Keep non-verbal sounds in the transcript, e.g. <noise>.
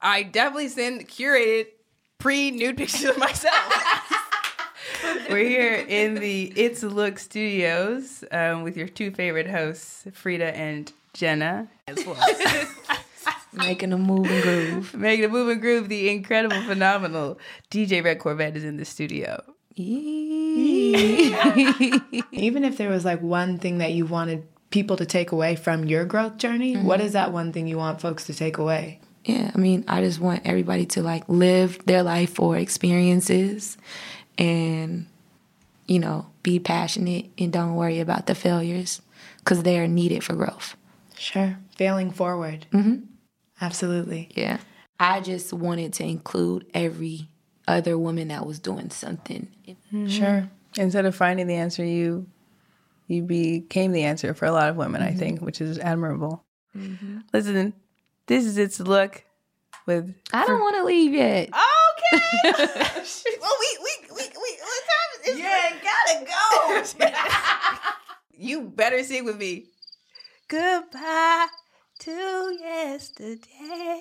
I definitely send curated pre nude pictures of myself. <laughs> We're here in the It's a Look Studios um, with your two favorite hosts, Frida and Jenna. Making a move and groove. Making a move and groove, the incredible, phenomenal DJ Red Corvette is in the studio. <laughs> Even if there was like one thing that you wanted people to take away from your growth journey, Mm-hmm. what is that one thing you want folks to take away? Yeah, I mean, I just want everybody to like live their life for experiences and, you know, be passionate and don't worry about the failures because they are needed for growth. Sure. Failing forward. Mm-hmm. Absolutely. Yeah. I just wanted to include every other woman that was doing something. Sure. Instead of finding the answer, you you became the answer for a lot of women, Mm-hmm. I think, which is admirable. Listen, this is It's a Look with I don't want to leave yet. okay. <laughs> <laughs> well, we we we we what time is it? Yeah, gotta <laughs> go. you better sing with me. Goodbye to yesterday.